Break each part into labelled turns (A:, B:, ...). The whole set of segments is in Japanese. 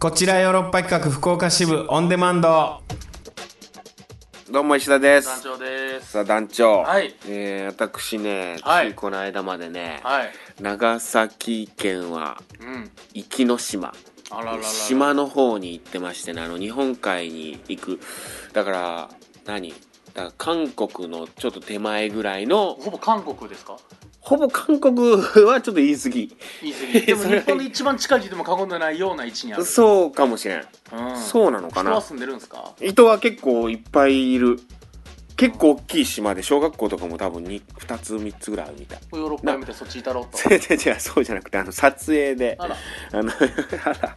A: こちらヨーロッパ企画福岡支部オンデマンド
B: どうも石田です
C: 団長です
B: さあ団長、
C: はい
B: えー私ね、
C: はい
B: ついこの間までね、
C: はい
B: 長崎県は
C: うん
B: 壱岐の島
C: あらららら
B: 島の方に行ってましてねあの日本海に行くだから何だから韓国のちょっと手前ぐらいの
C: ほぼ韓国ですか
B: ほぼ韓国はちょっと言い過ぎ
C: 言い過ぎでも
B: それ
C: 日本の一番近いと言っても過言ではないような位置にある
B: そうかもしれん、
C: うん
B: そうなのか
C: 人
B: な
C: は住んでるんですか
B: 人は結構いっぱいいる結構大きい島で小学校とかも多分 2, 2つ3つぐらいあるみたい
C: ヨーロッパやめてそっちいたろうと
B: 違う違う違うそうじゃなくてあの撮影で
C: あら
B: あの、 あら、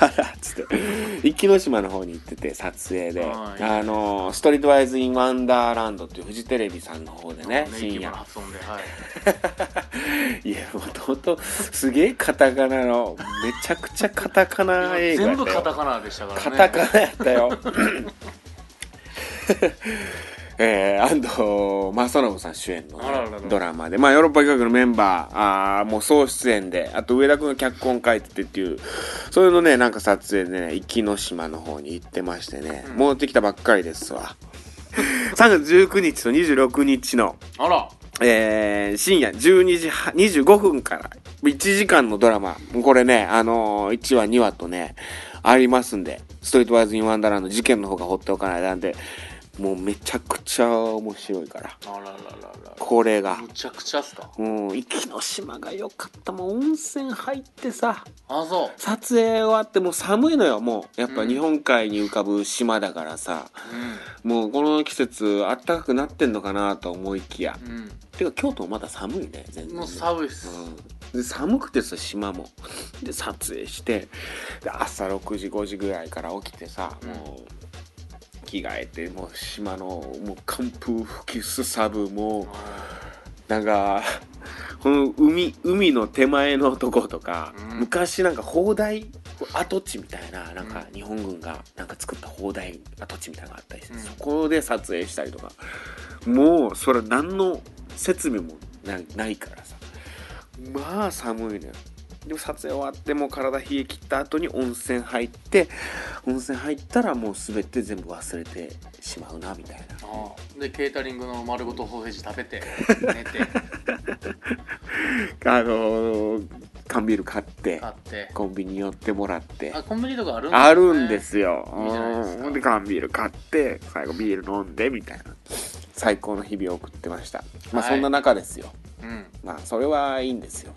B: あら、つって、壱岐の島の方に行ってて、撮影で、
C: はい
B: あの、ストリートワイズ・イン・ワンダーランドっていうフジテレビさんの方でね、
C: ネイ
B: 深
C: ティブな
B: 夜。
C: 発音ではい
B: いや、もともと、すげえカタカナの、めちゃくちゃカタカナ映画
C: 全
B: だ
C: 部
B: った
C: カタ
B: よ。
C: カナでしたから
B: カ
C: ね
B: タカナやった よ。えー、安藤正信さん主演のね、
C: あららら
B: ドラマで、まあ、ヨーロッパ企画のメンバーあーもう総出演であと上田君が脚本書いててっていうそれのねなんか撮影でね壱岐の島の方に行ってましてね、
C: うん
B: 戻ってきたばっかりですわ3月19日と26日の、
C: あら
B: えー深夜12時半25分から1時間のドラマこれねあのー、1話2話とねありますんでストリートワイズ・イン・ワンダーランド事件の方が放っておかないなんでもうめちゃくちゃ面白いから
C: あらららら
B: これが
C: むちゃくちゃっすか
B: うん壱岐の島が良かったもう温泉入ってさ
C: あそう
B: 撮影終わってもう寒いのよもうやっぱ
C: うん
B: 日本海に浮かぶ島だからさ、
C: う
B: もうこの季節あったかくなってんのかなと思いきや、
C: ん
B: てか京都もまだ寒いね全
C: うん
B: 然
C: も
B: ね
C: う寒いっす
B: うん、で寒くてさ島も で撮影してで朝6時5時ぐらいから起きてさ、
C: うん
B: もう着替えてもう島のもう寒風吹きすさぶもう、なんか、 この海、海の手前のとことか、
C: うん
B: 昔なんか砲台跡地みたいな、なんか
C: うん
B: 日本軍がなんか作った砲台跡地みたいなのがあったりして、
C: うん
B: そこで撮影したりとか、もうそれは何の設備もなないからさ、まあ寒いのよ。でも撮影終わってもう体冷え切った後に温泉入って温泉入ったらもう全て全部忘れてしまうなみたいな
C: ああでケータリングの丸ごとソーセージ食 べて寝て
B: あのー缶ビール買って
C: 買って
B: コンビニ寄ってもらって
C: あコンビニとかあるん
B: あるんですすよ
C: いいじゃないですか
B: うんで缶ビール買って最後ビール飲んでみたいな最高の日々を送ってましたまあ
C: はい
B: そんな中ですよ、
C: ね
B: まあそれはいいんですよ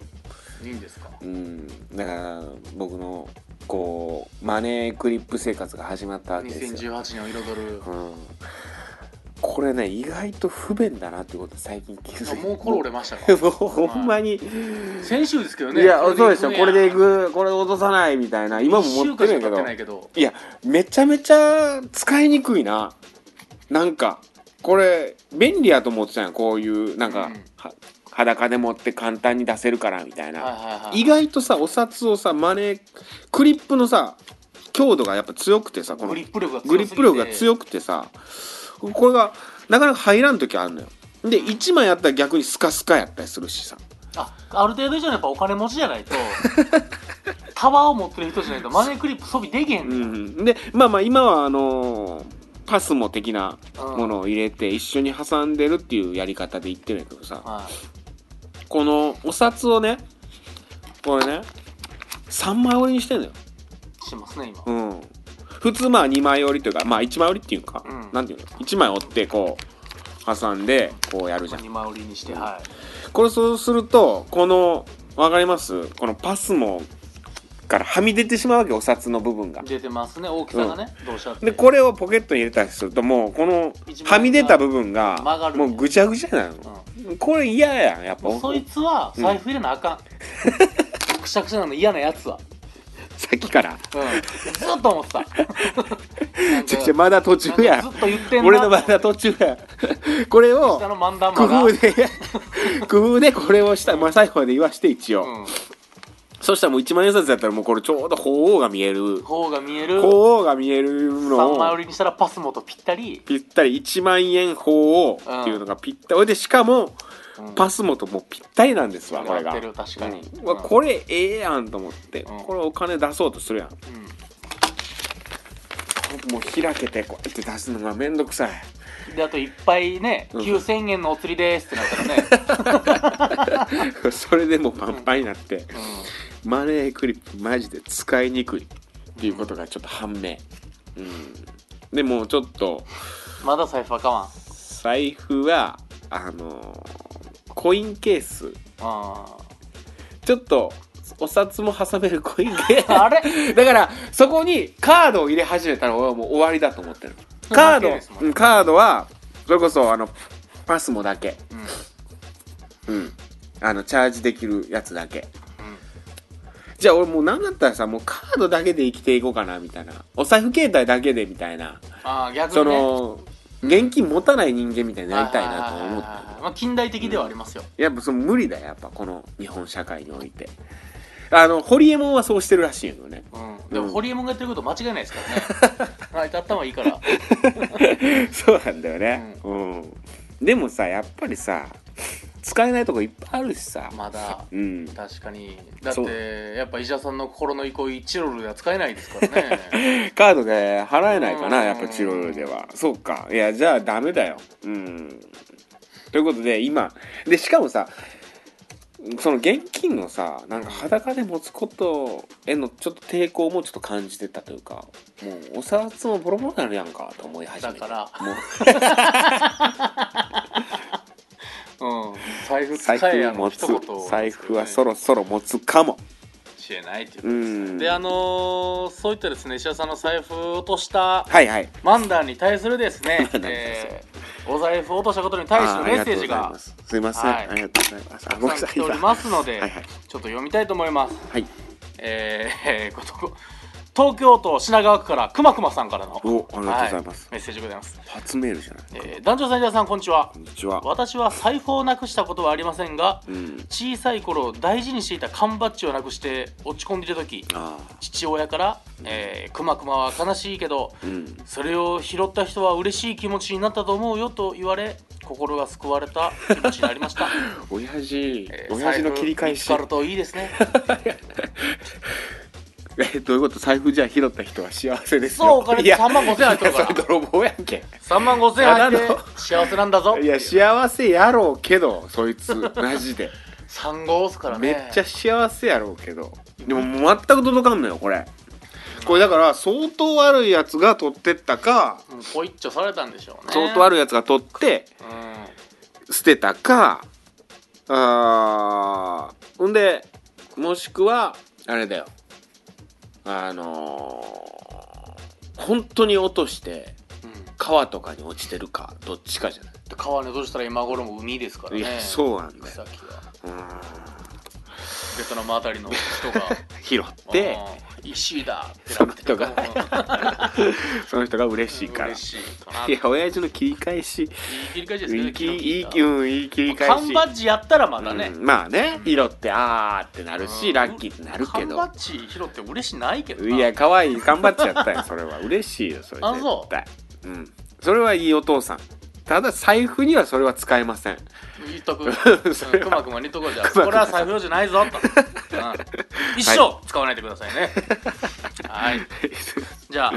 C: うんいいんですか
B: うんだから僕のこうマネークリップ生活が始まったわけですよ、
C: 2018年を彩る
B: うん、これね意外と不便だなってこと最近気づい
C: あ
B: て
C: もうコロ 折れましたか
B: もうほんまに、
C: 先週ですけどね
B: いやそうですよこれでい
C: く
B: くこれ落とさないみたいな今も持ってるんやけ
C: 1週間しか経って
B: ど
C: ないけど
B: いや、めちゃめちゃ使いにくいな。なんか、これ、便利やと思ってたんや、こういう、なんか、
C: うん
B: は裸で持って簡単に出せるから、みたいな。
C: はいはいはい
B: 意外とさ、お札をさ、マネー、クリップのさ、強度がやっぱ強くてさ、この
C: グリップ力が強すぎて
B: グリップ力が強くてさ、これが、なかなか入らん時あるのよ。で、1枚やったら逆にスカスカやったりするしさ。
C: あある程度以上のやっぱお金持ちじゃないと タワーを持ってる人じゃないとマネークリップ装備できへん
B: う
C: ねん、
B: ん、で、まあまあ、今は、あのーパスモ的な
C: うん
B: ものを入れて一緒に挟んでるっていうやり方で言ってるんやけどさ
C: はい
B: このお札をねこれね3枚折りにしてんのよ、
C: してますね今、
B: うん、普通まあ2枚折りというかまあ1枚折りっていうか、
C: うん
B: なんていうの1枚折ってこう挟んでこうやるじゃん
C: 2枚折りにして、はい
B: これそうするとこのわかりますこのパスモからはみ出てしまうわけお札の部分が
C: 出てますね大きさがね、どうしゃって
B: でこれをポケットに入れたりするともうこのはみ出た部分
C: 曲
B: が
C: がる
B: もうぐちゃぐちゃなの
C: う
B: これ嫌やんやっぱ
C: もうそいつは財布入れなあかん、くしゃくしゃなの嫌なやつは、
B: さっきから。
C: うん、ずっと思ってたな ん
B: ち
C: か
B: ょちょ、まだ途中や
C: なんかずっと言ってんな
B: 俺のまだ途中や。これを
C: 下、の漫談
B: 工
C: マが
B: 夫で、工夫でこれをした、まあ、最後まで言わして一応。
C: うん、
B: そしたらもう一万円札だったらもうこれちょうど鳳凰が見える。
C: 方が見える
B: 鳳凰が見えるの
C: 3枚
B: を、
C: 折りにしたらパスモとぴったり、
B: ぴったり1万円鳳凰っていうのがぴったり。で、しかも、
C: うん
B: パスモともうぴったりなんですわ、これ
C: や
B: が
C: って。る確かに、
B: うわこれええやんと思って、
C: うん
B: これお金出そうとするやん
C: うん
B: もう開けてこうやって出すのがめんどくさい
C: で、あといっぱいね、
B: うん
C: 9000円のお釣りですってなったらね、
B: それでもうパンパンになって
C: うん
B: マネークリップマジで使いにくいっていうことがちょっと判明うんでもうちょっと
C: まだ財布はか
B: 財布はあのコインケース
C: わ
B: ちょっとお札も挟めるコインケー ス
C: ん。うん。あれ
B: だから、そこにカードを入れ始めたら俺はもう終わりだと思ってる。
C: それ
B: カー
C: だけ
B: ド
C: ですもん、ね
B: うんカードは、それこそ、あの、パスもだけ。
C: うん。うん。
B: うん。あの、チャージできるやつだけ。じゃあ俺もうなんだったらさ、もうカードだけで生きていこうかな、みたいな。お財布携帯だけで、みたいな。
C: ああ、逆
B: そ
C: にね。
B: の、現金持たない人間みたいになりたいなとは思っ
C: はいはいはい
B: た。
C: はいまあ、近代的ではありますよ。
B: やっぱその無理だよ、やっぱこの日本社会において。あの、ホリエモンはそうしてるらしいよね。
C: うん。でも、
B: うん
C: ホリエモンがやってること間違いないですか らね。はい、たったはいいから。
B: そうなんだよね、うんでもさやっぱりさ使えないとこいっぱいあるしさ、
C: まだ。
B: うん
C: 確かに。だっ
B: そう
C: て、やっぱ石田さんの心の憩い、チロルでは使えないですからね。
B: カードで払えないかな
C: うん
B: やっぱチロルではそうかいやじゃあダメだようんということで今でしかもさその現金をさなんか裸で持つことへのちょっと抵抗もちょっと感じてたというかもうお札もボロボロになるやんかと思い始めて
C: だから
B: もう
C: うん。財布使
B: 財
C: え
B: 布
C: やの
B: 持つ
C: 一言ですよね。
B: 財布はそろそろ持つかも
C: 知れないっていう
B: う
C: ことですね
B: ん
C: であのーそういったですね石田さんの財布を落とした
B: はいはい
C: マンダーに対するですね
B: 、マンダーに対する
C: えーお財布を落としたことに対してのメッセー
B: ああ
C: ジ
B: りがとうござい
C: が
B: ますすいません、
C: はい
B: ありがとうございますあ
C: た
B: ごめん
C: く
B: な
C: さ
B: さ
C: ん
B: い
C: 来ておりますので、
B: はいはい
C: ちょっと読みたいと思います。
B: はい
C: えーえー こと東京都品川区からくまくまさんからのあ
B: おありがとうございます、
C: メッセージでございます、
B: 初メールじゃない
C: えー、団長さん石田さんこんにちは
B: こんにちは
C: 私は財布をなくしたことはありませんが
B: うん
C: 小さい頃大事にしていた缶バッジをなくして落ち込んでいた時
B: あ
C: 父親から、えー「くまくまは悲しいけど
B: あうん
C: それを拾った人は嬉しい気持ちになったと思うよ」と言われ心が救われた気持ちにな りました、
B: 親父、
C: えー
B: 親父の切り返し
C: 財布見つかるといいですね
B: えどういうこと財布じゃ拾った人は幸せですよ
C: そうお金
B: いや
C: 3万5000入ってるから
B: いやそれ泥棒やんけ
C: 3万5千円入って幸せなんだぞ
B: いや幸せやろうけどそい つマジで、
C: 3号押すから
B: め
C: ね
B: っちゃ幸せやろうけどでももう全く届かんのよこれこれだから相当悪いやつが取ってったか
C: うんポイッチョされたんでしょうね
B: 相当悪
C: い、
B: いやつが取って
C: うん、
B: 捨てたかあーほんでもしくはあれだよあのー、本当に落として
C: うん
B: 川とかに落ちてるかどっちかじゃない
C: で川に落としたら今頃も海ですからね
B: いやそうなんだよ
C: 行く先は
B: うーん
C: ベトナムあたりの 人が
B: 拾って
C: うん石だって
B: そ
C: な
B: の
C: ってる
B: 人
C: か
B: が
C: も
B: その人が嬉しいから
C: 嬉
B: い
C: しいかな
B: や親父の切り返し
C: いい切り返しですけど
B: い
C: ね
B: い切りいい
C: 昨
B: 切り
C: 日聞い
B: うんいい切り
C: た
B: 返
C: 缶
B: し
C: バッジやったらまだね、
B: うんまあね拾ってあーってなる
C: う
B: し
C: ん
B: ラッキーってなるけ
C: 缶
B: ど
C: バッジ拾って嬉しないけどない
B: や、可愛い頑張っちゃ ったよ、それは。嬉しいよ、それ
C: あ
B: 絶
C: そう
B: 対。うん。それはいいお父さん。ただ、財布にはそれは使えません。
C: 言っとく
B: それは
C: くまくまに言っとこうじゃ あ
B: くまくま
C: これは財布用じゃないぞと、うん一生使わないでくださいねはいじゃあ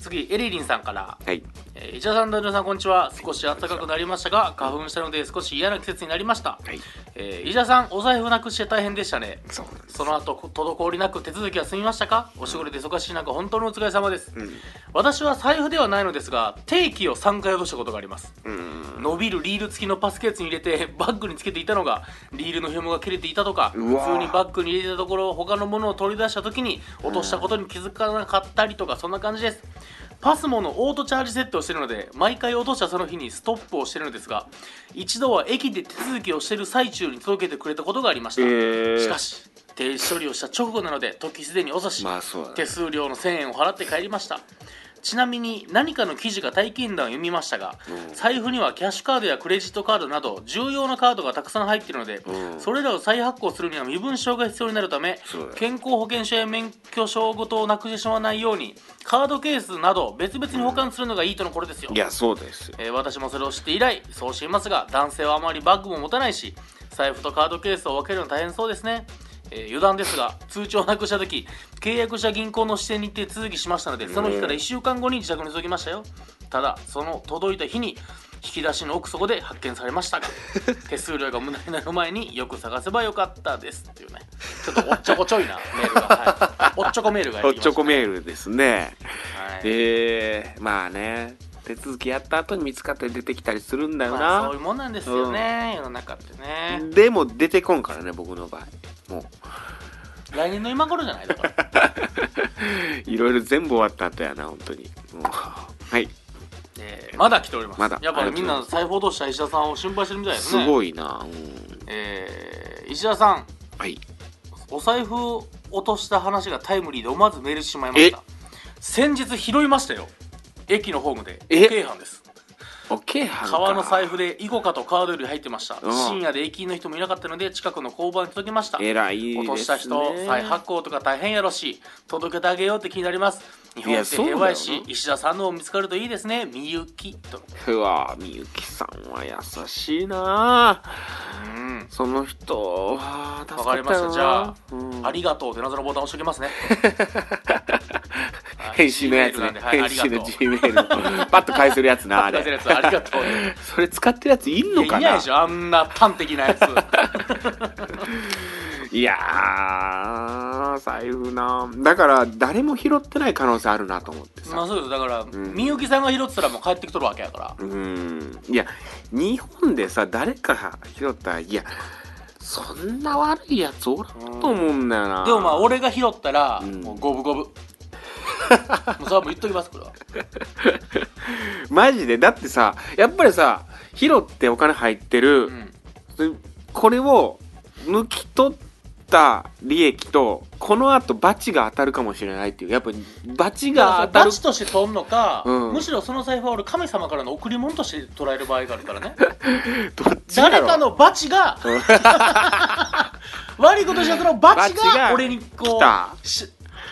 C: 次エリリンさんから
B: はい。
C: 「えー、石田さん男女さんこんにちは少し暖かくなりましたが花粉したので少し嫌な季節になりました、
B: はい。
C: えー、石田さんお財布なくして大変でしたね
B: そうなんです。
C: その後こ滞りなく手続きは済みましたかお仕事で忙しい中本当にお疲れ様です、
B: うん。
C: 私は財布ではないのですが定期を3回落としたことがあります
B: うん。
C: 伸びるリール付きのパスケースに入れて バッグにつけていたのがリールの紐が切れていたとか普
B: うわ
C: 通にバッグに入れてたところ他のものを取り出した時に落としたことに気づかなかったりとかそんな感じですパスモのオートチャージセットをしているので毎回落としたその日にストップをしているのですが一度は駅で手続きをしている最中に届けてくれたことがありました、
B: えー
C: しかし停止処理をした直後なので時すでに遅し、
B: まあそうだね
C: 手数料の1000円を払って帰りましたちなみに何かの記事が体験談を読みましたが、
B: うん
C: 財布にはキャッシュカードやクレジットカードなど重要なカードがたくさん入っているので、
B: うん
C: それらを再発行するには身分証が必要になるため
B: そうだよ
C: 健康保険証や免許証ごとをなくしてしまわないようにカードケースなど別々に保管するのがいいとのことですよ、
B: いや、そうですよ。
C: えー私もそれを知って以来そうしていますが男性はあまりバッグも持たないし財布とカードケースを分けるの大変そうですねえー余談ですが通帳をなくした時契約した銀行の支店に行って手続きしましたのでその日から1週間後に自宅に届きましたよただその届いた日に引き出しの奥底で発見され ましたが手数料が無駄になる前によく探せばよかったですっていうねちょっとおっちょこちょいなメールが、はい、おっちょこメールが
B: お
C: やっ
B: って
C: き
B: ち
C: ま
B: ょ
C: した
B: こメールですね。
C: はい
B: えー、まあね、手続きやった後に見つかって出てきたりするんだよ
C: まあ、そうい
B: な
C: う。もんなんですよね、世の中ってね
B: でも出てこんからね、僕の場合。も
C: 来年の今頃じゃない だから
B: う、いろいろ全部終わった後やな、本当に。もうはい。
C: えーまだ来ております。
B: まだ
C: やっぱ
B: あ
C: り
B: りが
C: み
B: と
C: ん
B: うございます
C: な財布落とした石田さんを心配してるみたいです
B: す
C: ね。
B: ごいな。うん
C: えー石田さん、
B: はい。
C: お財布を落とした話がタイムリーで思わずメールしてしまいました。先日拾いましたよ。駅のホームで。
B: え
C: 京阪です。
B: オッケーはんか
C: 革の財布でイコカとカードより入ってました。
B: うん
C: 深夜で駅員の人もいなかったので近くの交番に届けました。
B: 偉いです、ね。
C: 落とした人、再発行とか大変やろし届けてあげようって気になります日本って平和や
B: そうだよな
C: し石田さんのも見つかるといいですねみゆきと
B: うわみゆきさんは優しいな
C: うん
B: その人は助か
C: わか
B: っ
C: り
B: た
C: ました。じゃあ、
B: うん
C: ありがとうって謎のボタン押しておきますね。はい
B: 返信のやつ
C: Gmail なん
B: ね
C: で、はい、あ
B: 返
C: りがと
B: 信
C: う。
B: の G メールパッと返せるやつなあ
C: 返せる
B: れ
C: やつありがとう。
B: それ使ってるやついんの
C: い
B: か
C: やいない
B: な
C: でしょ、あんな端的 なやつ。
B: いやー財布なだから誰も拾ってない可能性あるなと思って
C: まあ
B: さ
C: そうです。だから、
B: ん
C: みゆきさんが拾ってたらもう帰ってきとるわけやから。
B: うんいや日本でさ誰か拾ったらいやそんな悪いやつおらんと思うんだよな
C: でもまあ、俺が拾ったら、
B: うん
C: もう五分 五分。もうそれはもう言っときます、これは。
B: マジでだってさやっぱりさ拾ってお金入ってる、
C: うん。
B: でこれを抜き取った利益とこのあとバチが当たるかもしれないっていうやっぱりバチが当た
C: バ
B: る
C: チとして取んのか、
B: うん
C: むしろその財布は俺神様からの贈り物として捉える場合があるか らね。
B: どっちだろ
C: 誰かのバチが 悪いことした奴のバ
B: バ
C: チ
B: チ
C: が
B: が
C: 俺にこ
B: 来た
C: うし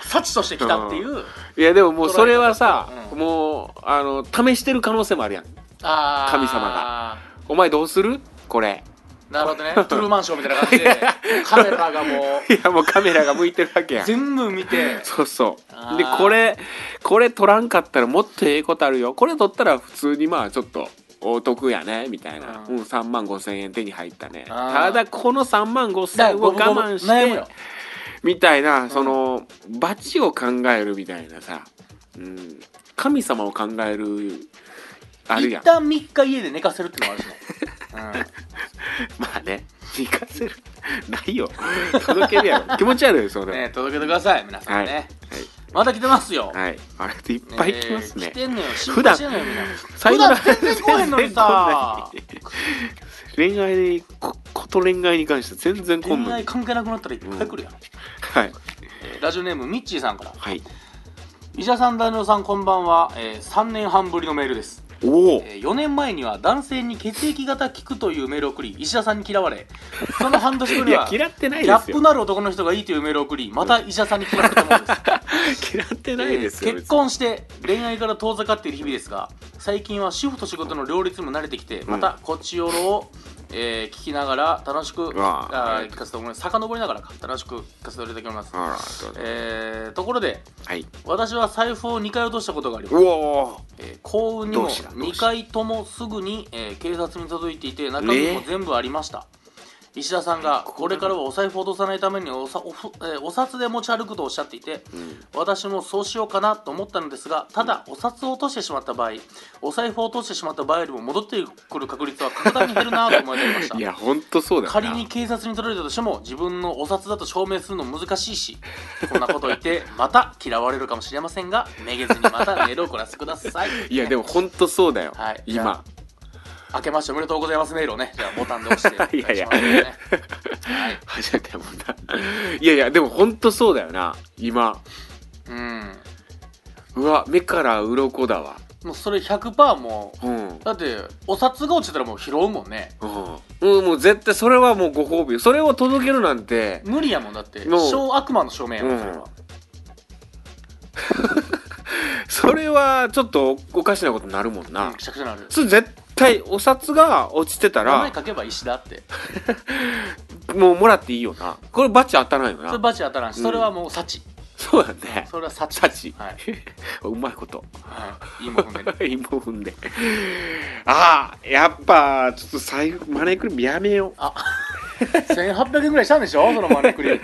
C: 幸として来たっていう、
B: いやでももうそれはさ、
C: う
B: もうあの試してる可能性もあるやん
C: あー
B: 神様がお前どうするこれ
C: なるほどねトゥルーマンションみたいな感じでカメラがも う
B: いやもうカメラが向いてるわけやん
C: 全部見て
B: そうそうで
C: あー
B: これこれ取らんかったらもっとええことあるよこれ取ったら普通にまあちょっとお得やねみたいな、
C: う
B: うんん、3万5千円手に入ったね
C: あー
B: ただこの3万5千
C: だ
B: 円を我慢し
C: 悩むよ
B: てみたいなそのバチを考えるみたいなさ、うん、神様を考えるある
C: 一
B: やん
C: 旦3日家で寝かせるってのもあるしね、うん
B: まあね行かせるないよ届けるや ろ気持ち悪いよそれ、
C: ね届けてください皆さんね、
B: はい
C: まだ来てますよ、
B: はいあれっていっぱい来ますね
C: えー来てんのよ心
B: 普
C: 配
B: 段
C: してんのよみんな
B: 最
C: 普
B: 後の
C: 段全然来へんのにさ
B: 恋愛にここと恋愛に関して全然こん
C: 恋
B: の
C: 愛
B: に
C: 関係なくなったらいっぱい来るやん、
B: はい
C: えーラジオネームミッチーさんから
B: はい
C: 石田さん大野さんこんばんは、えー3年半ぶりのメールです、
B: おお
C: え4年前には男性に血液型聞くというメールを送り石田さんに嫌われその半年後
B: い
C: に
B: や
C: は
B: 嫌ってない
C: ギャ
B: で
C: ッ
B: す
C: プ
B: よ
C: のある男の人がいいというメールを送りまた石田さんに嫌われたものです
B: 嫌って ないですよ
C: えー結婚して恋愛から遠ざかっている日々ですが最近は主婦と仕事の両立にも慣れてきてまたこっちよろを、えー聞きながら楽しく
B: うわ
C: あ
B: は
C: ー
B: い
C: 聞かせてもらいます遡りながらか楽しく聞かせていただきます、
B: あらどうぞ
C: えーところで
B: はい
C: 私は財布を2回落としたことがあります
B: おお
C: えー幸運にも
B: どうしたどうした
C: 2回ともすぐに、えー警察に届いていて中身も全部ありました、石田さんがこれからはお財布を落とさないためにおさおふえーお札で持ち歩くとおっしゃっていて、私もそうしようかなと思ったのですがただお札を落としてしまった場合お財布を落としてしまった場合よりも戻ってくる確率は格段に減るなと思いました
B: いやほんとそうだよな
C: 仮に警察に取られたとしても自分のお札だと証明するの難し いしこんなこと言ってまた嫌われるかもしれませんがめげずにまたメールを送らせてください
B: いやでもほんとそうだよ、
C: はいじゃ
B: 今
C: 明けましておめでとうございますメールをねじゃあボタンで押してお願します ね
B: いやいや初めてもんだいやいやでもほんとそうだよな今
C: うん
B: うわ目から鱗だわ
C: もうそれ100%もう
B: うん
C: だってお札が落ちたらもう拾うもんね
B: うん、うん、もう絶対それはもうご褒美それを届けるなんて
C: 無理やもんだって
B: もう
C: 小悪魔の証明やもんそれは、
B: それはちょっとおかしなことになるもんな、
C: うん、くしゃくしゃなる
B: それ絶対お札が落ちてた
C: 名前
B: ら
C: 書けば石だって
B: もうもらっていいよなこれバチ当たらんよ
C: それ
B: な
C: バチ当たらんし、それはもう幸。
B: そうだね
C: それは幸。
B: サチ
C: はい。
B: うまいこと
C: はい。いいもんね。
B: 芋踏んでああやっぱちょっと財布マネークリームやめよ
C: あ、1800円ぐらいしたんでしょそのマネークリッ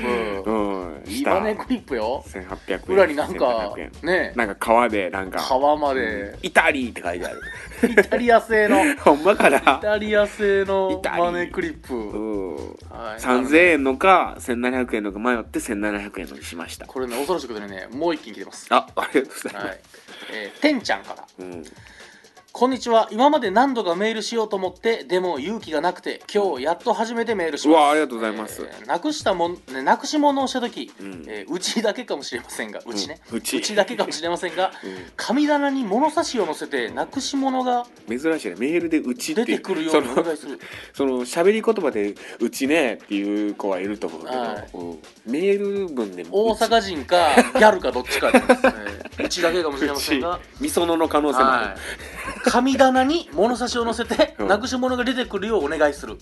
B: う
C: プ。
B: うん
C: いい
B: した
C: マネークリップよ。
B: 1800円
C: 裏になんか
B: 1700円、
C: ね、
B: なんか川でなんか
C: 川まで、
B: イタリーって書いてある
C: イタリア製の、イ
B: ほんまかな
C: タリア製
B: イ
C: の
B: タリ
C: マネークリッ
B: う
C: プ。
B: ん
C: はい
B: 3000円のか1700円のか迷って1700円のにしました
C: これね、恐ろしいことでね、もう一件来てます。
B: あありがとうございま
C: は
B: す、
C: い。えー、てんちゃんから。
B: うん
C: こんにちは。今まで何度かメールしようと思って、でも勇気がなくて、今日やっと初めてメールしま
B: う
C: す。
B: わありがとうございます
C: えーなくしたもん、ねなくし物をした時、う
B: うん
C: えーうちだけかもしれませんが、うちね、
B: うんうち
C: だけかもしれませんが、
B: うん
C: 神棚に物差しを乗せて、なくし物が
B: 珍しいねメールで「うち」って
C: 出てくるよ
B: そう
C: に
B: の
C: お願いする。
B: その喋り言葉で「うちね」っていう子はいると思うけど、
C: はい
B: うんメール文でも
C: 大阪人か、ギャルかどっちか ですね。うちだけかもしれませんが
B: う。ちみそのの可能性もある、
C: はい、神棚に物差しを乗せて、
B: うん
C: なくし物が出てくるようお願いする。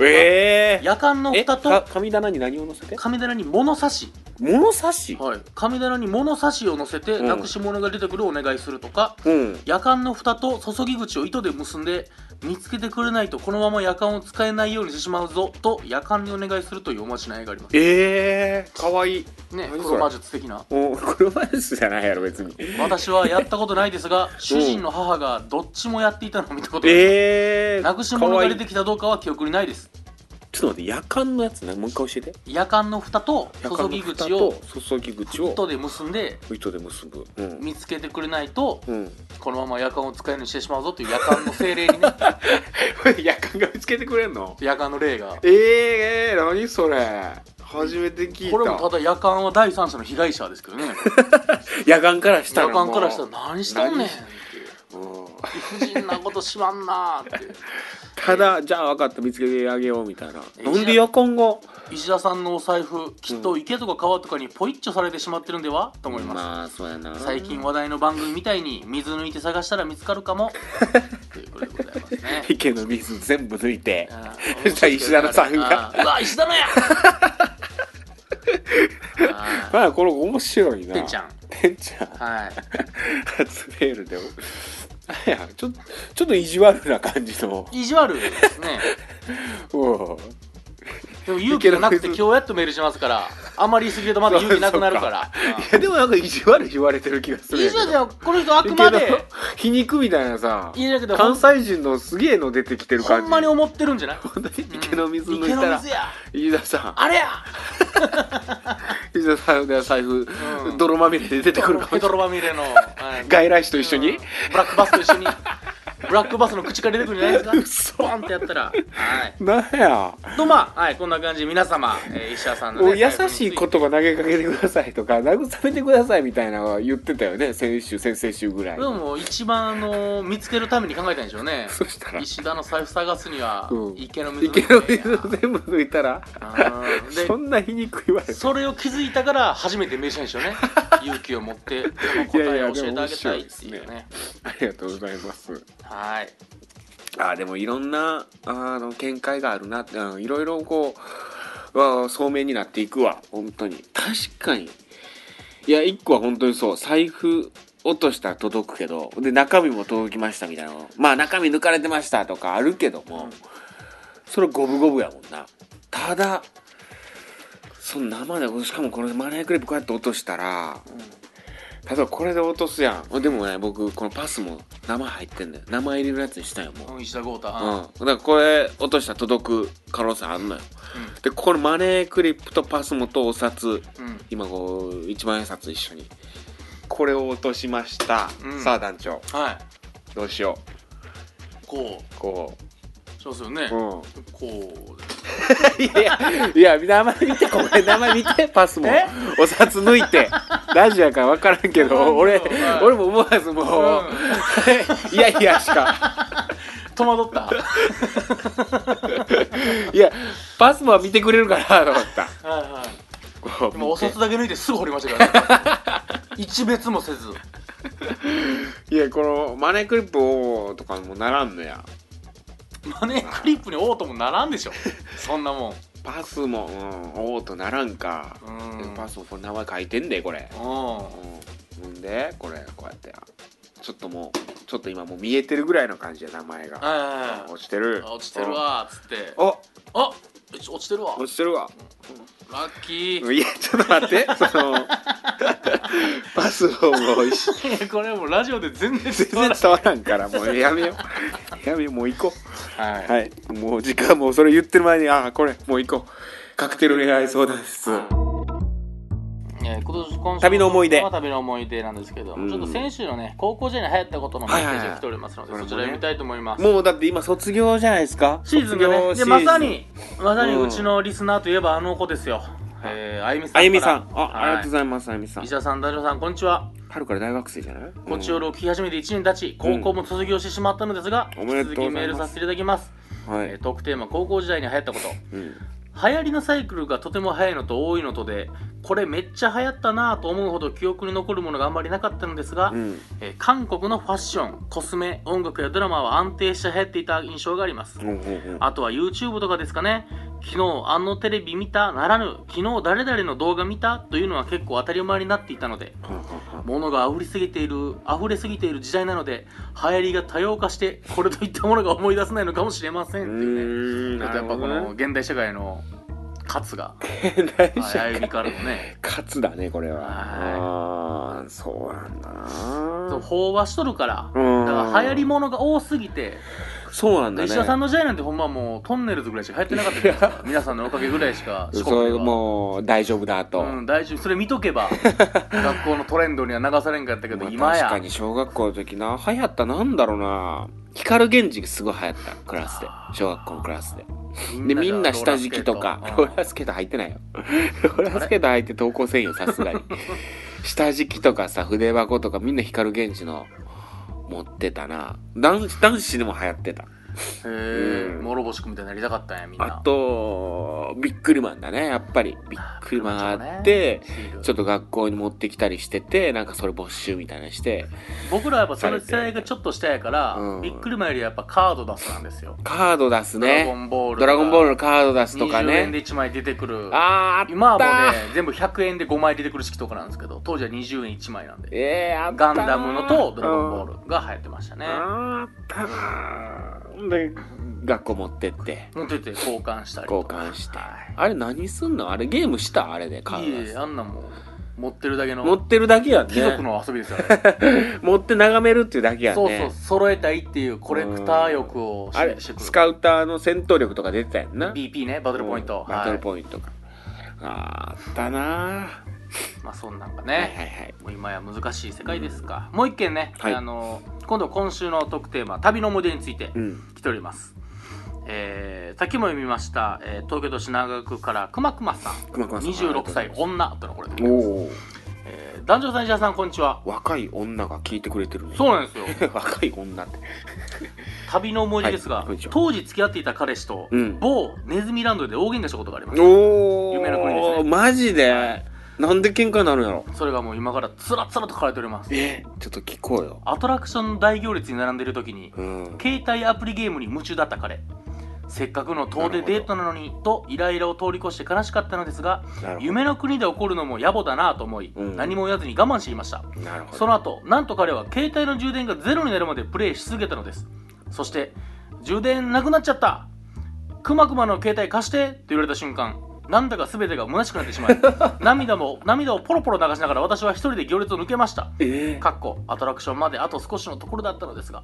B: ええ
C: 夜間の
B: え
C: 蓋
B: か
C: と
B: 神棚に何を載せて
C: 神棚に物差し。
B: 物差し、
C: はい、神棚に物差しを乗せて
B: うん
C: なくし物が出てくるお願いするとか、
B: うん
C: 夜間の蓋と注ぎ口を糸で結んで見つけてくれないとこのまま夜間を使えないようにしてしまうぞと夜間にお願いするというおまじないがありま
B: ええかわいい
C: すね
B: 何それ
C: 黒魔術的な
B: お車椅子じゃないやろ別に
C: 私はやったことないですが主人の母がどっちもやっていたのを見たことがあります
B: ええ
C: なくし物が出
B: か
C: て
B: わいい
C: きたどうかは記憶にないです
B: ちょっと待って夜間のやつねもう一回教えて
C: 夜間の蓋と
B: 夜間
C: 注
B: の
C: ぎ
B: 蓋
C: 口を
B: と注ぎ口
C: 糸
B: を
C: で結んで
B: 糸で結ぶうん、
C: 見つけてくれないと
B: うん、
C: このまま夜間を使えるようにしてしまうぞという夜間の精 霊にね
B: 夜間が見つけてくれんの
C: 夜間の霊が
B: ええー、何それ初めて聞いた
C: これもただ夜間は第三者の被害者ですけどね
B: 夜間からしたら
C: 夜間からした
B: た
C: ら何しとんねんって理不尽なことしまんなーって
B: ただじゃあ分かった見つけてあげようみたいな
C: え
B: なんで夜間が
C: 石田さんのお財布きっと池とか川とかにポイッチョされてしまってるんではと思います、
B: まあそうやな
C: 最近話題の番組みたいに水抜いて探したら見つかる かもということでございますね
B: 池の水全部抜いて
C: うん
B: さあ石田の財布が
C: あーうわ石田 のやあ
B: まあこれ面白い
C: ー
B: な
C: てんちゃん
B: てんちゃん
C: はい
B: 初メールでもなんやちょちょっと意地悪な感じの
C: 意地悪ですね
B: うん
C: でも勇気がなくて今日やっとメールしますからあんまり言い過ぎるとまだ勇気なくなるから
B: いやでもなんか意地悪言われてる気がするん
C: 以
B: やけど
C: 上ではこの人あくま
B: いいけど
C: で
B: 皮肉みたいなさ
C: いやけど
B: 関西人のすげえの出てきてる
C: ほ
B: 感じ
C: んまに思ってるんじゃない
B: 本当に池の水抜
C: 池
B: いた
C: の
B: ら
C: 水や
B: 飯田さん
C: あれや
B: 飯田さんの財布、
C: うん
B: 泥まみれで出てくるかも
C: ペ
B: しれ
C: ト
B: ない
C: ロまみれのはい
B: 外来種と一緒に、
C: うんブラックバスと一緒にブラックバスの口から出てくるんじゃないです
B: 嘘
C: かバンってやったらはい
B: なんや
C: とまあはいこんな感じで皆様、えー、石田さんの、
B: もう
C: ね、
B: 優しい言
C: と
B: 葉投げかけてくださいとか慰めてくださいみたいなのは言ってたよね先週先々週ぐらい
C: でももう一番あの見つけるために考えたんでしょうね
B: そしたら
C: 石田の財布探すには、
B: うん
C: 池の水
B: 池の水を全部抜いたら
C: あーで
B: そんな皮肉言われて
C: それを気づいたから初めて名車で しょうね勇気を持ってこの答えを教えてあげたいっていう
B: いやいやでも面白い
C: ね
B: ですねありがとうございます
C: はい
B: あーでもいろんなあの見解があるなってうんいろいろこうわそうめんになっていくわ本当に確かにいや一個は本当にそう財布落としたら届くけどで中身も届きましたみたいなのまあ中身抜かれてましたとかあるけども、それ五分五分やもんなただその生でしかもこのマネークリップこうやって落としたら、例えばこれで落とすやんでもね僕このパスも生入ってんだよ生入りのやつにしたんよもう、
C: うん石田豪太
B: うん、だからこれ落としたら届く可能性あんのよ、
C: う
B: でここにマネークリップとパスモとお札
C: うん
B: 今こう一万円札一緒にこれを落としました、
C: うん
B: さあ団長
C: はい
B: どうしよ
C: こ
B: うこ
C: うそうですよね
B: う、うん、
C: こうです
B: いやいや名前見てこれ名前見てパスモ
C: え
B: お札抜いてラジオやから分からんけ
C: わからんけ
B: ど
C: ど
B: 俺、
C: はい
B: 俺も思わずもう、 いやいやしか
C: 戸 惑った
B: いやパスモは見てくれるかなと思った
C: はいはい
B: こう
C: 今
B: 見
C: お
B: て
C: 札だけ抜いてすぐ掘りましたからね 一別もせず
B: いやこのマネークリップをとかもならんのや
C: マネークリップにおうともならんでしょそんなもん
B: パスも、うん、おーとならんか、
C: うん
B: パスもこれ名前書いてんでこれ、
C: う
B: うん、ほんでこれこうやってちょっともうちょっと今もう見えてるぐらいの感じで名前
C: んは
B: が、
C: いはいはい
B: 落ちてる
C: あ落ちてるわーっつって
B: うんお
C: あち落ちてるわ
B: 落ちてるわ
C: ラッキ
B: いやちょっと待ってその パスももう一緒
C: ー これもうラジオで全然
B: 全
C: 伝
B: 然
C: わら
B: 伝わらんからもうやめようやめようもう行こ
C: な
B: うはいもう時間もうそれ言ってる前にああこれもう行こうカクテル恋愛相談室
C: えー今年今週
B: 旅の思い出
C: まあ旅の思い出なんですけど、
B: うん
C: ちょっと先週のね高校時代に流行ったことのメッセージが来ておりますので、
B: はいはいはい
C: そちらを見たいと思います、
B: もうだって今卒業じゃないですか
C: シーズンがね
B: 卒業シーズ
C: で
B: ン
C: まさにまさに
B: うん
C: うちのリスナーといえばあの子ですよ、えー、あゆみさんか
B: あ
C: ら
B: ゆみさんあ、
C: はい
B: ありがとうございますあゆみさん
C: 石田さん大丈夫さんこんにちは
B: 春から大学生じゃない
C: こっちよりを聞き始めて1年経ち高校も卒業してしまったのですが、
B: うんお
C: 引
B: めで
C: き
B: と
C: 続
B: うございます
C: きメールさせていただきます
B: うんは
C: えー
B: い、
C: トークテーマ高校時代に流行ったこと
B: うん、
C: 流行りのサイクルがとても早いのと多いのとでこれめっちゃ流行ったなぁと思うほど記憶に残るものがあんまりなかったのですが、
B: うん
C: えー韓国のファッションコスメ音楽やドラマは安定して流行っていた印象があります
B: ほうほうほう
C: あとは YouTube とかですかね昨日あのテレビ見たならぬ昨日誰々の動画見たというのは結構当たり前になっていたので
B: はあはあ
C: 物が溢れすぎている溢れすぎている時代なので流行りが多様化してこれといったものが思い出せないのかもしれません
B: う
C: っていうね
B: ーん
C: ちょ
B: な
C: っとや
B: る
C: っぱ
B: ほ
C: こ
B: ど
C: の
B: ね
C: 現代社会の活が
B: 大
C: ああ
B: 丈
C: ゆみ
B: 夫
C: からのね
B: 勝つだねこれは
C: は
B: あーそうなんだな
C: そう飽和しとるから
B: うん
C: だから流行り物が多すぎて
B: そうなんだね
C: 石田さんの時代なんてほんまもうトンネルズぐらいしか流行ってなかったじゃない ですか皆さんのおかげぐらいしか四
B: そ
C: 国で
B: う
C: は
B: もう大丈夫だと、
C: うん、大丈夫それ見と けば学校のトレンドには流されんかったけ
B: ま
C: ど
B: あ
C: 今や
B: 確かに小学校の時な流行ったなんだろうな光源氏がすごい流行ったクラスで小学校のクラスででみんな下敷きとか ローラースケート履いて ないよローラースケート履いて登校せんよさすがに 下敷きとかさ筆箱とかみんな光源氏の持ってたな男子男子でも流行ってた
C: うんへえ
B: うん
C: 諸星君みたいになりたかったんやみんな
B: あとビックリマンだねやっぱりビックリマンあって
C: シール
B: ちょっと学校に持ってきたりしててなんかそれ没収みたいなのして
C: 僕らはやっぱその世代がちょっと下やから、
B: うん
C: ビックリマンよりやっぱカード出すなんですよ、
B: カード出す
C: ドラゴ
B: ね
C: ンボール
B: ドラゴンボール
C: ル
B: のカード出すとか
C: 20円で
B: ね
C: 1枚出てくる
B: あーあった
C: 今はもうね全部100円で5枚出てくる式とかなんですけど当時は20円1枚なんで
B: えー、あった
C: ガ
B: な
C: ンダムのとドラゴンボールが流行ってましたね
B: あったなぁで学校持ってって
C: 持ってて交換したり
B: 交
C: とか
B: 換して、
C: はい
B: あれ何すんのあれゲームしたあれでカ
C: いえ
B: ー
C: いえ
B: ド
C: あんなんもう持ってるだけ
B: 持
C: の
B: ってるだけやね
C: 貴族の遊びですよね
B: 持って眺めるっていうだけやね
C: そうそう揃えたいっていうコレクター欲を
B: あれ
C: 示してく
B: ス
C: る
B: カウターの戦闘力とか出てたやんな
C: BP ねバトルポイント、
B: うんバトル
C: は
B: ポイントか、あーあったなぁ
C: い、まあそんなんか
B: は
C: ね、
B: いはいはい
C: もう今や難しい世界ですか、もう一件ね、
B: はい
C: あの今度今週の特テーマ旅の思い出について
B: うん
C: 来ております、えー、さっきも読みました、えー東京都品川区からくまくまさん
B: くまくまさん
C: 26歳女とのこれ、
B: おお
C: えー、男女さん石田さんこんにちは
B: 若い女が聞いてくれてるね
C: そうなんです よ
B: 若い女って
C: 旅の思い出ですが、
B: はいこんにちは
C: 当時付き合っていた彼氏と、
B: うん
C: 某ネズミランドで大喧嘩したことがあります
B: おお
C: 夢の国ですね
B: マジでなんで喧嘩になるんやろ
C: それがもう今からつらつらと書かれております
B: えちょっと聞こうよ
C: アトラクションの大行列に並んでいる時に
B: うん
C: 携帯アプリゲームに夢中だった彼せっかくの遠出デートなのにとイライラを通り越して悲しかったのですが
B: なるほ
C: 夢の国で起こるのも野暮だなと思い、
B: うん
C: 何も言わずに我慢していました
B: どなるほ
C: そ
B: ど
C: の後なんと彼は携帯の充電がゼロになるまでプレイし続けたのですそして充電なくなっちゃったくまくまの携帯貸してと言われた瞬間なんだか全てが虚しくなってしま い涙も涙をポロポロ流しながら私は一人で行列を抜けました
B: え
C: かっこアトラクションまであと少しのところだったのですが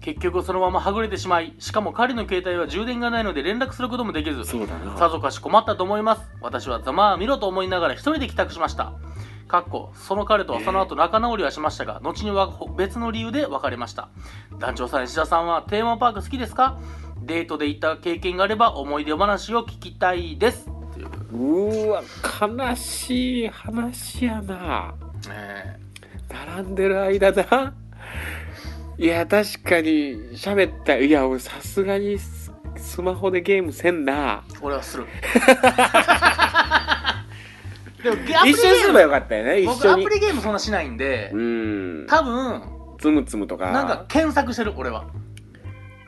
C: 結局そのままはぐれてしまいしかも彼の携帯は充電がないので連絡することもできず
B: そうだな
C: さぞかし困ったと思います私はざまあ見ろと思いながら一人で帰宅しましたかっこその彼とはその後仲直りはしましたが、後には別の理由で別れました団長さん石田さんはテーマパーク好きですかデートで行った経験があれば思い出話を聞きたいですっていう
B: うーわ悲しい話やな
C: ね
B: 並んでる間ないや確かに喋ったいや俺さすがにススマホでゲームせんな
C: 俺は するでもアプリゲーム
B: 一緒にすればよかったよね一
C: 僕
B: 緒
C: ア
B: に
C: プリゲームそんなしないんで
B: うん
C: 多分
B: つむつむとか
C: なんか検索してる俺は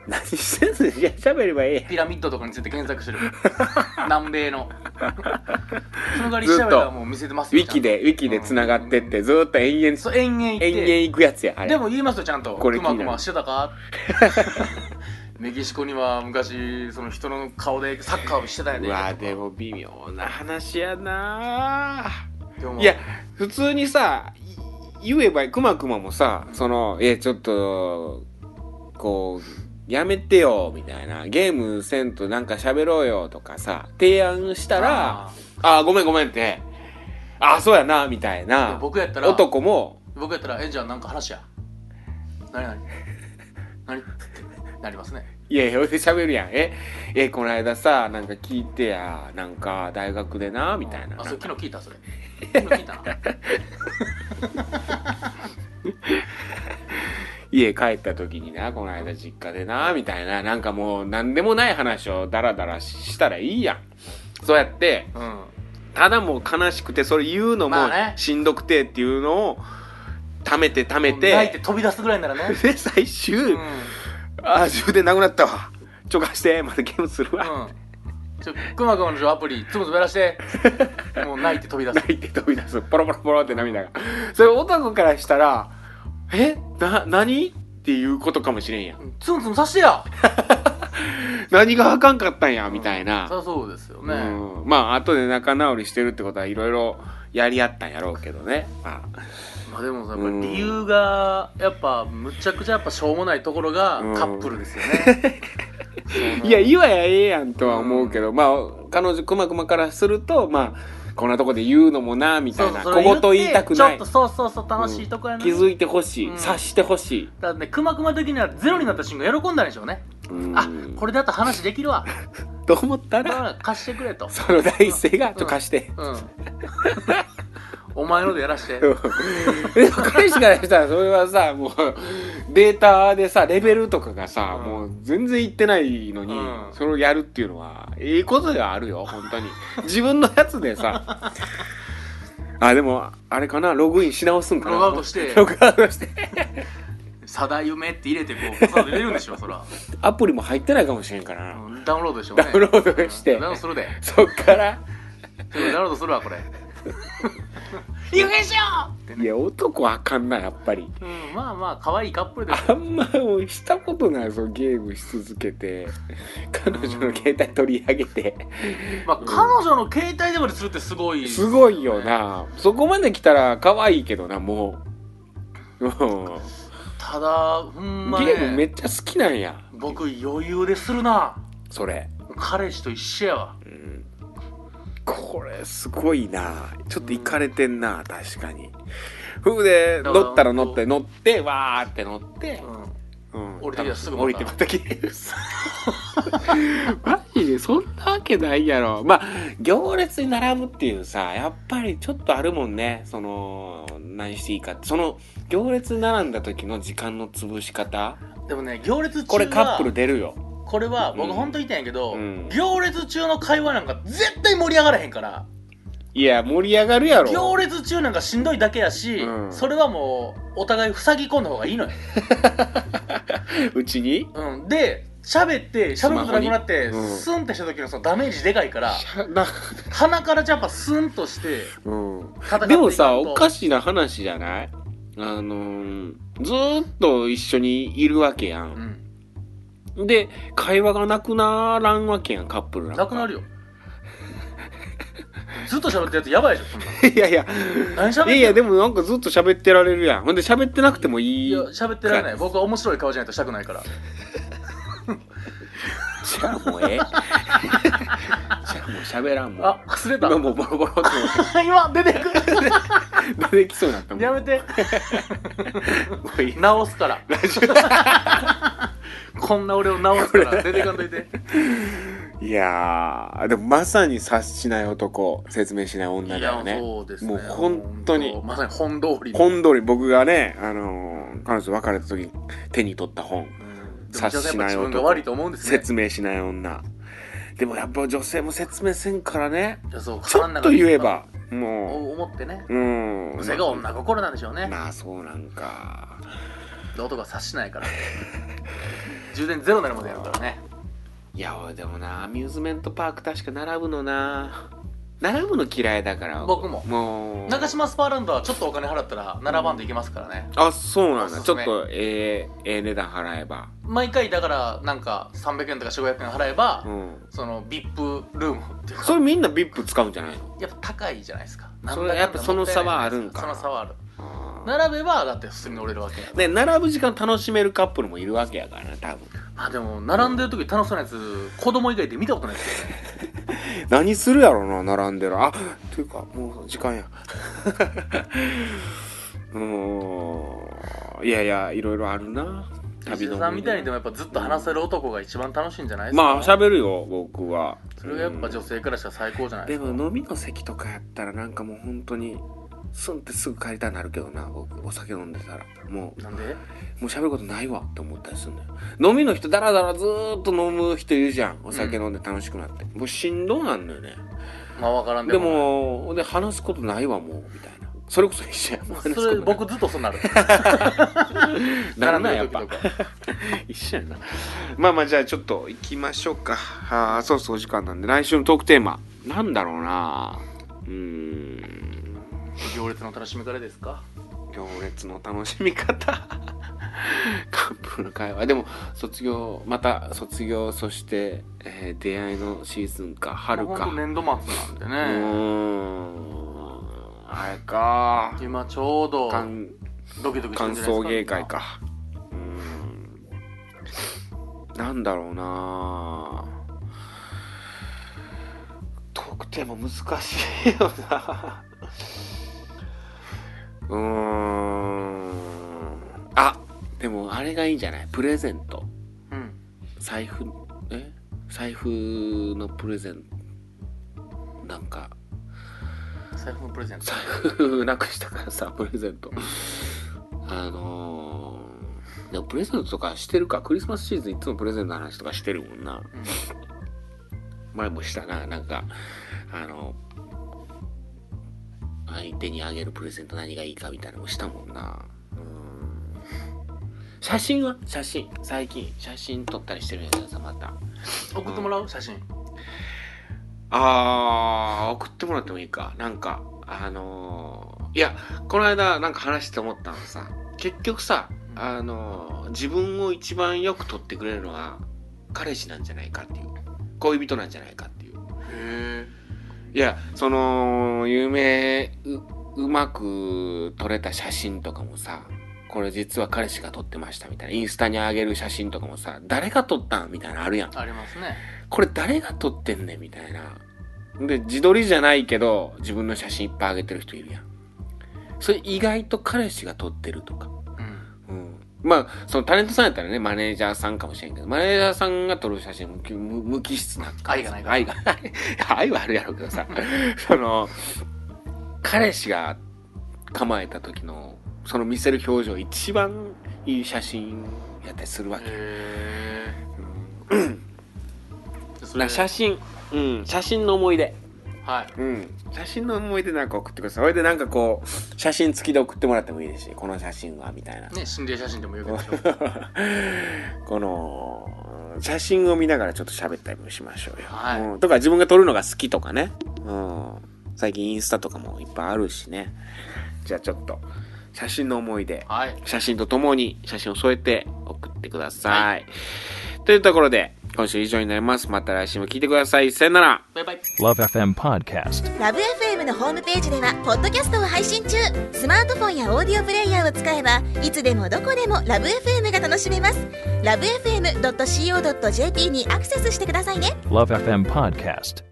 B: 何してんすいや喋ればええや
C: ピラミッドとかについて検索してる 南米のその代わり調べたらもう見せてます
B: ウ
C: よ
B: ィキでウィキで繋がってっ
C: う
B: てずーっと延
C: そ
B: 々
C: う延々行って
B: 延々行くやつやあれ
C: でも言いますよちゃんと
B: これ気に
C: ク
B: な
C: マ
B: る
C: クマして たかメキシコには昔その人の顔でサッカーをしてたんや
B: う
C: で
B: わでも微妙な話やなあ
C: でも
B: いや普通にさい言えばくまくまもさそのえちょっとこうやめてよみたいなゲームせんとなんか喋ろうよとかさ提案したら
C: あ
B: ああごめんごめんってああそうやなみたい
C: ーいや
B: な
C: 僕やったら
B: 男も
C: 僕やったらえじゃあなんか話や何 何何ってなりますね
B: いやいやほいで喋るやんええこの間さなんか聞いてやなんか大学でなみたいな
C: あそれ昨日聞い たそれ昨日聞いたな
B: 家帰った時になこの間実家でなみたいななんかもう何でもない話をダラダラしたらいいやんそうやって
C: うん
B: ただもう悲しくてそれ言うのも
C: まあね
B: しんどくてっていうのをためてためて、
C: 泣いて飛び出すぐらいな らね
B: で最終、
C: うん、うん、
B: ああ充電なくなったわちょかしてまたゲームするわ、
C: ちょくまくまのアプリつむつむや らしてもう泣いて飛び出す
B: 泣いて飛び出すポロポロポロって涙がそれ男からしたらえな何っていうことかもしれんやん
C: うんつむつむさして や
B: 何があかんかったんやみたいな、
C: そりゃそうですよね、
B: うん、まあ後で仲直りしてるってことはいろいろやり合ったんやろうけどね、ま
C: まあでもさやっぱ
B: うん
C: 理由がやっぱむちゃくちゃやっぱしょうもないところが
B: うん
C: カップルですよ ね、
B: あ、いや今やええやんとは思うけど、まあ彼女くまくまからするとまあこんなとこで言うのもなみたいな
C: そ
B: 小
C: れ
B: 言言いたくな
C: ちょ
B: い
C: っとそうそうそう楽しいとこやな、
B: 気づいてほしい、
C: うん
B: 察してほしい、
C: だってくまくま的にはゼロになった瞬間喜んだでしょうね、
B: うん
C: あこれだと話できるわ
B: と思った
C: だからら貸してくれ と
B: その第一声が「ちょっと貸して」
C: うんお前のでや らして
B: でも彼氏からしたらそれはさもうデータでさレベルとかがさ、
C: うん
B: もう全然いってないのに、
C: うん
B: それをやるっていうのはええことではあるよ本当に自分のやつでさ あでもあれかなログインし直すんかな
C: ログアウトして
B: ログアウトして
C: 「さだ夢」って入れてこうそう入れるんでしょそら、
B: アプリも入ってないかもしれんからな、
C: うんダウンロードでしょ、ね、
B: ダウンロードして
C: ダウンロードするで
B: そっから
C: ちょっとダウンロードするわこれ有限しようって
B: いや男はあかんなやっぱり
C: うんまあまあ可愛いカップルです
B: あんましたことないぞゲームし続けて彼女の携帯取り上げて
C: まあ彼女の携帯でもするってすごい
B: すごいよなそこまで来たら可愛いけどなもう、う
C: ただほん
B: ん
C: ま
B: ゲームめ
C: ね
B: っちゃ好きなんや
C: 僕余裕でするな
B: それ、
C: 彼氏と一緒やわ
B: うん、これすごいなちょっといかれてんな確かにふうで
C: だから
B: 乗ったら乗って乗ってわーって乗って、
C: う
B: うん
C: 降りてきたらすぐ
B: 降
C: 乗
B: り
C: る
B: て
C: から
B: また来る マジでそんなわけないやろまあ行列に並ぶっていうさやっぱりちょっとあるもんねその何していいかその行列に並んだ時の時間の潰し方
C: んでもね行列中は
B: これカップル出るよ
C: これは
B: う
C: 僕
B: ん
C: 本当に言いたいんやけど、
B: うん
C: 行列中の会話なんか絶対盛り上がらへんから
B: いや盛り上がるやろ
C: 行列中なんかしんどいだけやし、
B: うん
C: それはもうお互い塞ぎ込んだ方がいいのよ、
B: うちに
C: うん、で喋って喋ることなくなって、
B: スマホにうん
C: スンってした時のそのダメージでかいから
B: な、
C: 鼻からやっぱスンとして
B: うん、
C: 戦っていかんと
B: でもさおかしな話じゃないあのーずーっと一緒にいるわけやん
C: うん
B: で、会話がなくならんわけやん、カップルなんか。
C: なくなるよずっと喋ってるやつやばいでしょそんなの
B: いやいや、
C: 何喋っ
B: いや
C: てんの
B: いや、でもなんかずっと喋ってられるやん。ほんで喋ってなくてもいい。
C: いや喋ってられない僕は面白い顔じゃないとしたくないから
B: じゃあもうええ。じゃあもう喋らんもん。
C: あ忘れた
B: 今もうボロボロって
C: 今出てくる
B: 出てきそうになったもん。
C: やめて
B: もういい。
C: 直すから
B: ラジ
C: こんな俺を直すから出てかんと いて
B: オいやー、でもまさに察しない男、説明しない女だよね。
C: そうですね
B: もう本当に
C: 本まさに本通り
B: 本通り僕がね、あのー彼女と別れた時手に取った本。
C: うんでも
B: 察しない男
C: やっぱ自分が悪いと思うんですね
B: 説明しない女でもやっぱ女性も説明せんからね
C: いやそう
B: ちょっと言えば
C: 体の中
B: も
C: に思ってね
B: ううん
C: それが女心なんでしょうね
B: まあそうなんか
C: 音が察しないから充電ゼロになるまでやるからね
B: いや俺でもなアミューズメントパーク確か並ぶのな並ぶの嫌いだから
C: 僕も
B: もう
C: 中島スパーランドはちょっとお金払ったら7番でいけますからね、
B: あそうなんだ
C: おす
B: ち
C: す
B: ょ
C: め
B: っとええええ値段払えば
C: 毎回だからなんか300円とか400円払えば、
B: うん
C: その VIP ルームっていうか
B: それみんな VIP 使うんじゃないの
C: やっぱ高いじゃないですか
B: それはやっぱその差はあるんか
C: その差はある
B: あー
C: 並べばだって普通に乗れるわけや
B: ね並ぶ時間楽しめるカップルもいるわけやからな多分
C: まあでも並んでる時楽しそうなやつ子供以外で見たことないですよね
B: 何するやろな並んでるあというかもう時間や うーんいやいやいろいろあるな
C: 石
B: 旅の
C: 田さんみたいにで
B: も
C: もやっぱずっと話せる男が一番楽しいんじゃないですか
B: まあ喋るよ僕は
C: それがやっぱ女性からしたら最高じゃないで
B: です
C: か
B: も飲みの席とかやったらなんかもう本当にスンってすぐ帰りたくなるけどな僕お酒飲んでたらもう
C: なんで
B: もう喋ることないわって思ったりするんだよ飲みの人ダラダラずーっと飲む人いるじゃんお酒飲んで楽しくなって、もうしんどうなんのよね
C: まあわからん
B: でもで話すことないわもうみたいなそれこそ一緒やもう話すこ
C: そ
B: と
C: れ
B: ない
C: 僕ずっとそうなる
B: ならない
C: 並
B: やっ
C: んでる
B: ぱ
C: 時とか
B: 一緒やなまあまあじゃあちょっと行きましょうかあーそうそうお時間なんで来週のトークテーマなんだろうなうーん
C: 行列の楽しみからですか
B: 行列の楽しみ方 カップルの会話でも卒業また卒業そして、えー出会いのシーズンか春
C: まあ
B: か、
C: ほんと年度末
B: う
C: なんでね
B: ーんあれか
C: 今ちょうど
B: 感
C: ドキドキして
B: 感
C: るんじゃないですか
B: 想芸会かうーんなんだろうなトークテーマ難しいよな うーんあでもあれがいいんじゃないプレゼント
C: うん
B: 財布え財布のプレゼントなんか
C: 財布のプレゼント
B: 財布なくしたからさプレゼントあのー、でもプレゼントとかしてるかクリスマスシーズンいつもプレゼントの話とかしてるもんな
C: うん
B: 前もしたななんかあの相手にあげるプレゼント何がいいかみたいなのもしたもんなうん写真は写真最近写真撮ったりしてるんやけどさまた
C: 送ってもらう写真
B: あー送ってもらってもいいかなんかあのー、いやこの間なんか話してて思ったのさ結局さあのー、自分を一番よく撮ってくれるのは彼氏なんじゃないかっていう恋人なんじゃないかっていう
C: へ
B: いやその有名ううまく撮れた写真とかもさこれ実は彼氏が撮ってましたみたいなインスタに上げる写真とかもさ誰が撮ったんみたいなのあるやん
C: ありますね
B: これ誰が撮ってんねんみたいな。で、自撮りじゃないけど、自分の写真いっぱい上げてる人いるやん。それ意外と彼氏が撮ってるとか。
C: うん
B: うん。まあ、そのタレントさんやったらね、マネージャーさんかもしれんけど、マネージャーさんが撮る写真無機無無機質なんか。
C: 愛がないから
B: 愛がない。いや愛 はあるやろうけどさ。その、彼氏が構えた時の、その見せる表情、一番いい写真やったりするわけ。
C: へえそ
B: な
C: れ
B: 写真、うん、写真の思い出。
C: はい
B: うん、写真の思い出なんか送ってくださいそれでなんかこう写真付きで送ってもらってもいいですしこの写真はみたいな
C: ね心霊写真でもよくでしょ
B: この写真を見ながらちょっと喋ったりもしましょうよ、
C: はい
B: うんとか自分が撮るのが好きとかね、うん、最近インスタとかもいっぱいあるしねじゃあちょっと写真の思い出
C: はい
B: 写真とともに写真を添えて送ってください、というところで今週以上になりますまた来週も聞いてくださいさよなら
C: バイバイ
D: Love FM Podcast.
E: ラブ f m のホームページではポッドキャストを配信中スマートフォンやオーディオプレイヤーを使えばいつでもどこでもラブ f m が楽しめますラブ FM.co.jp にアクセスしてくださいね
D: Love FM Podcast.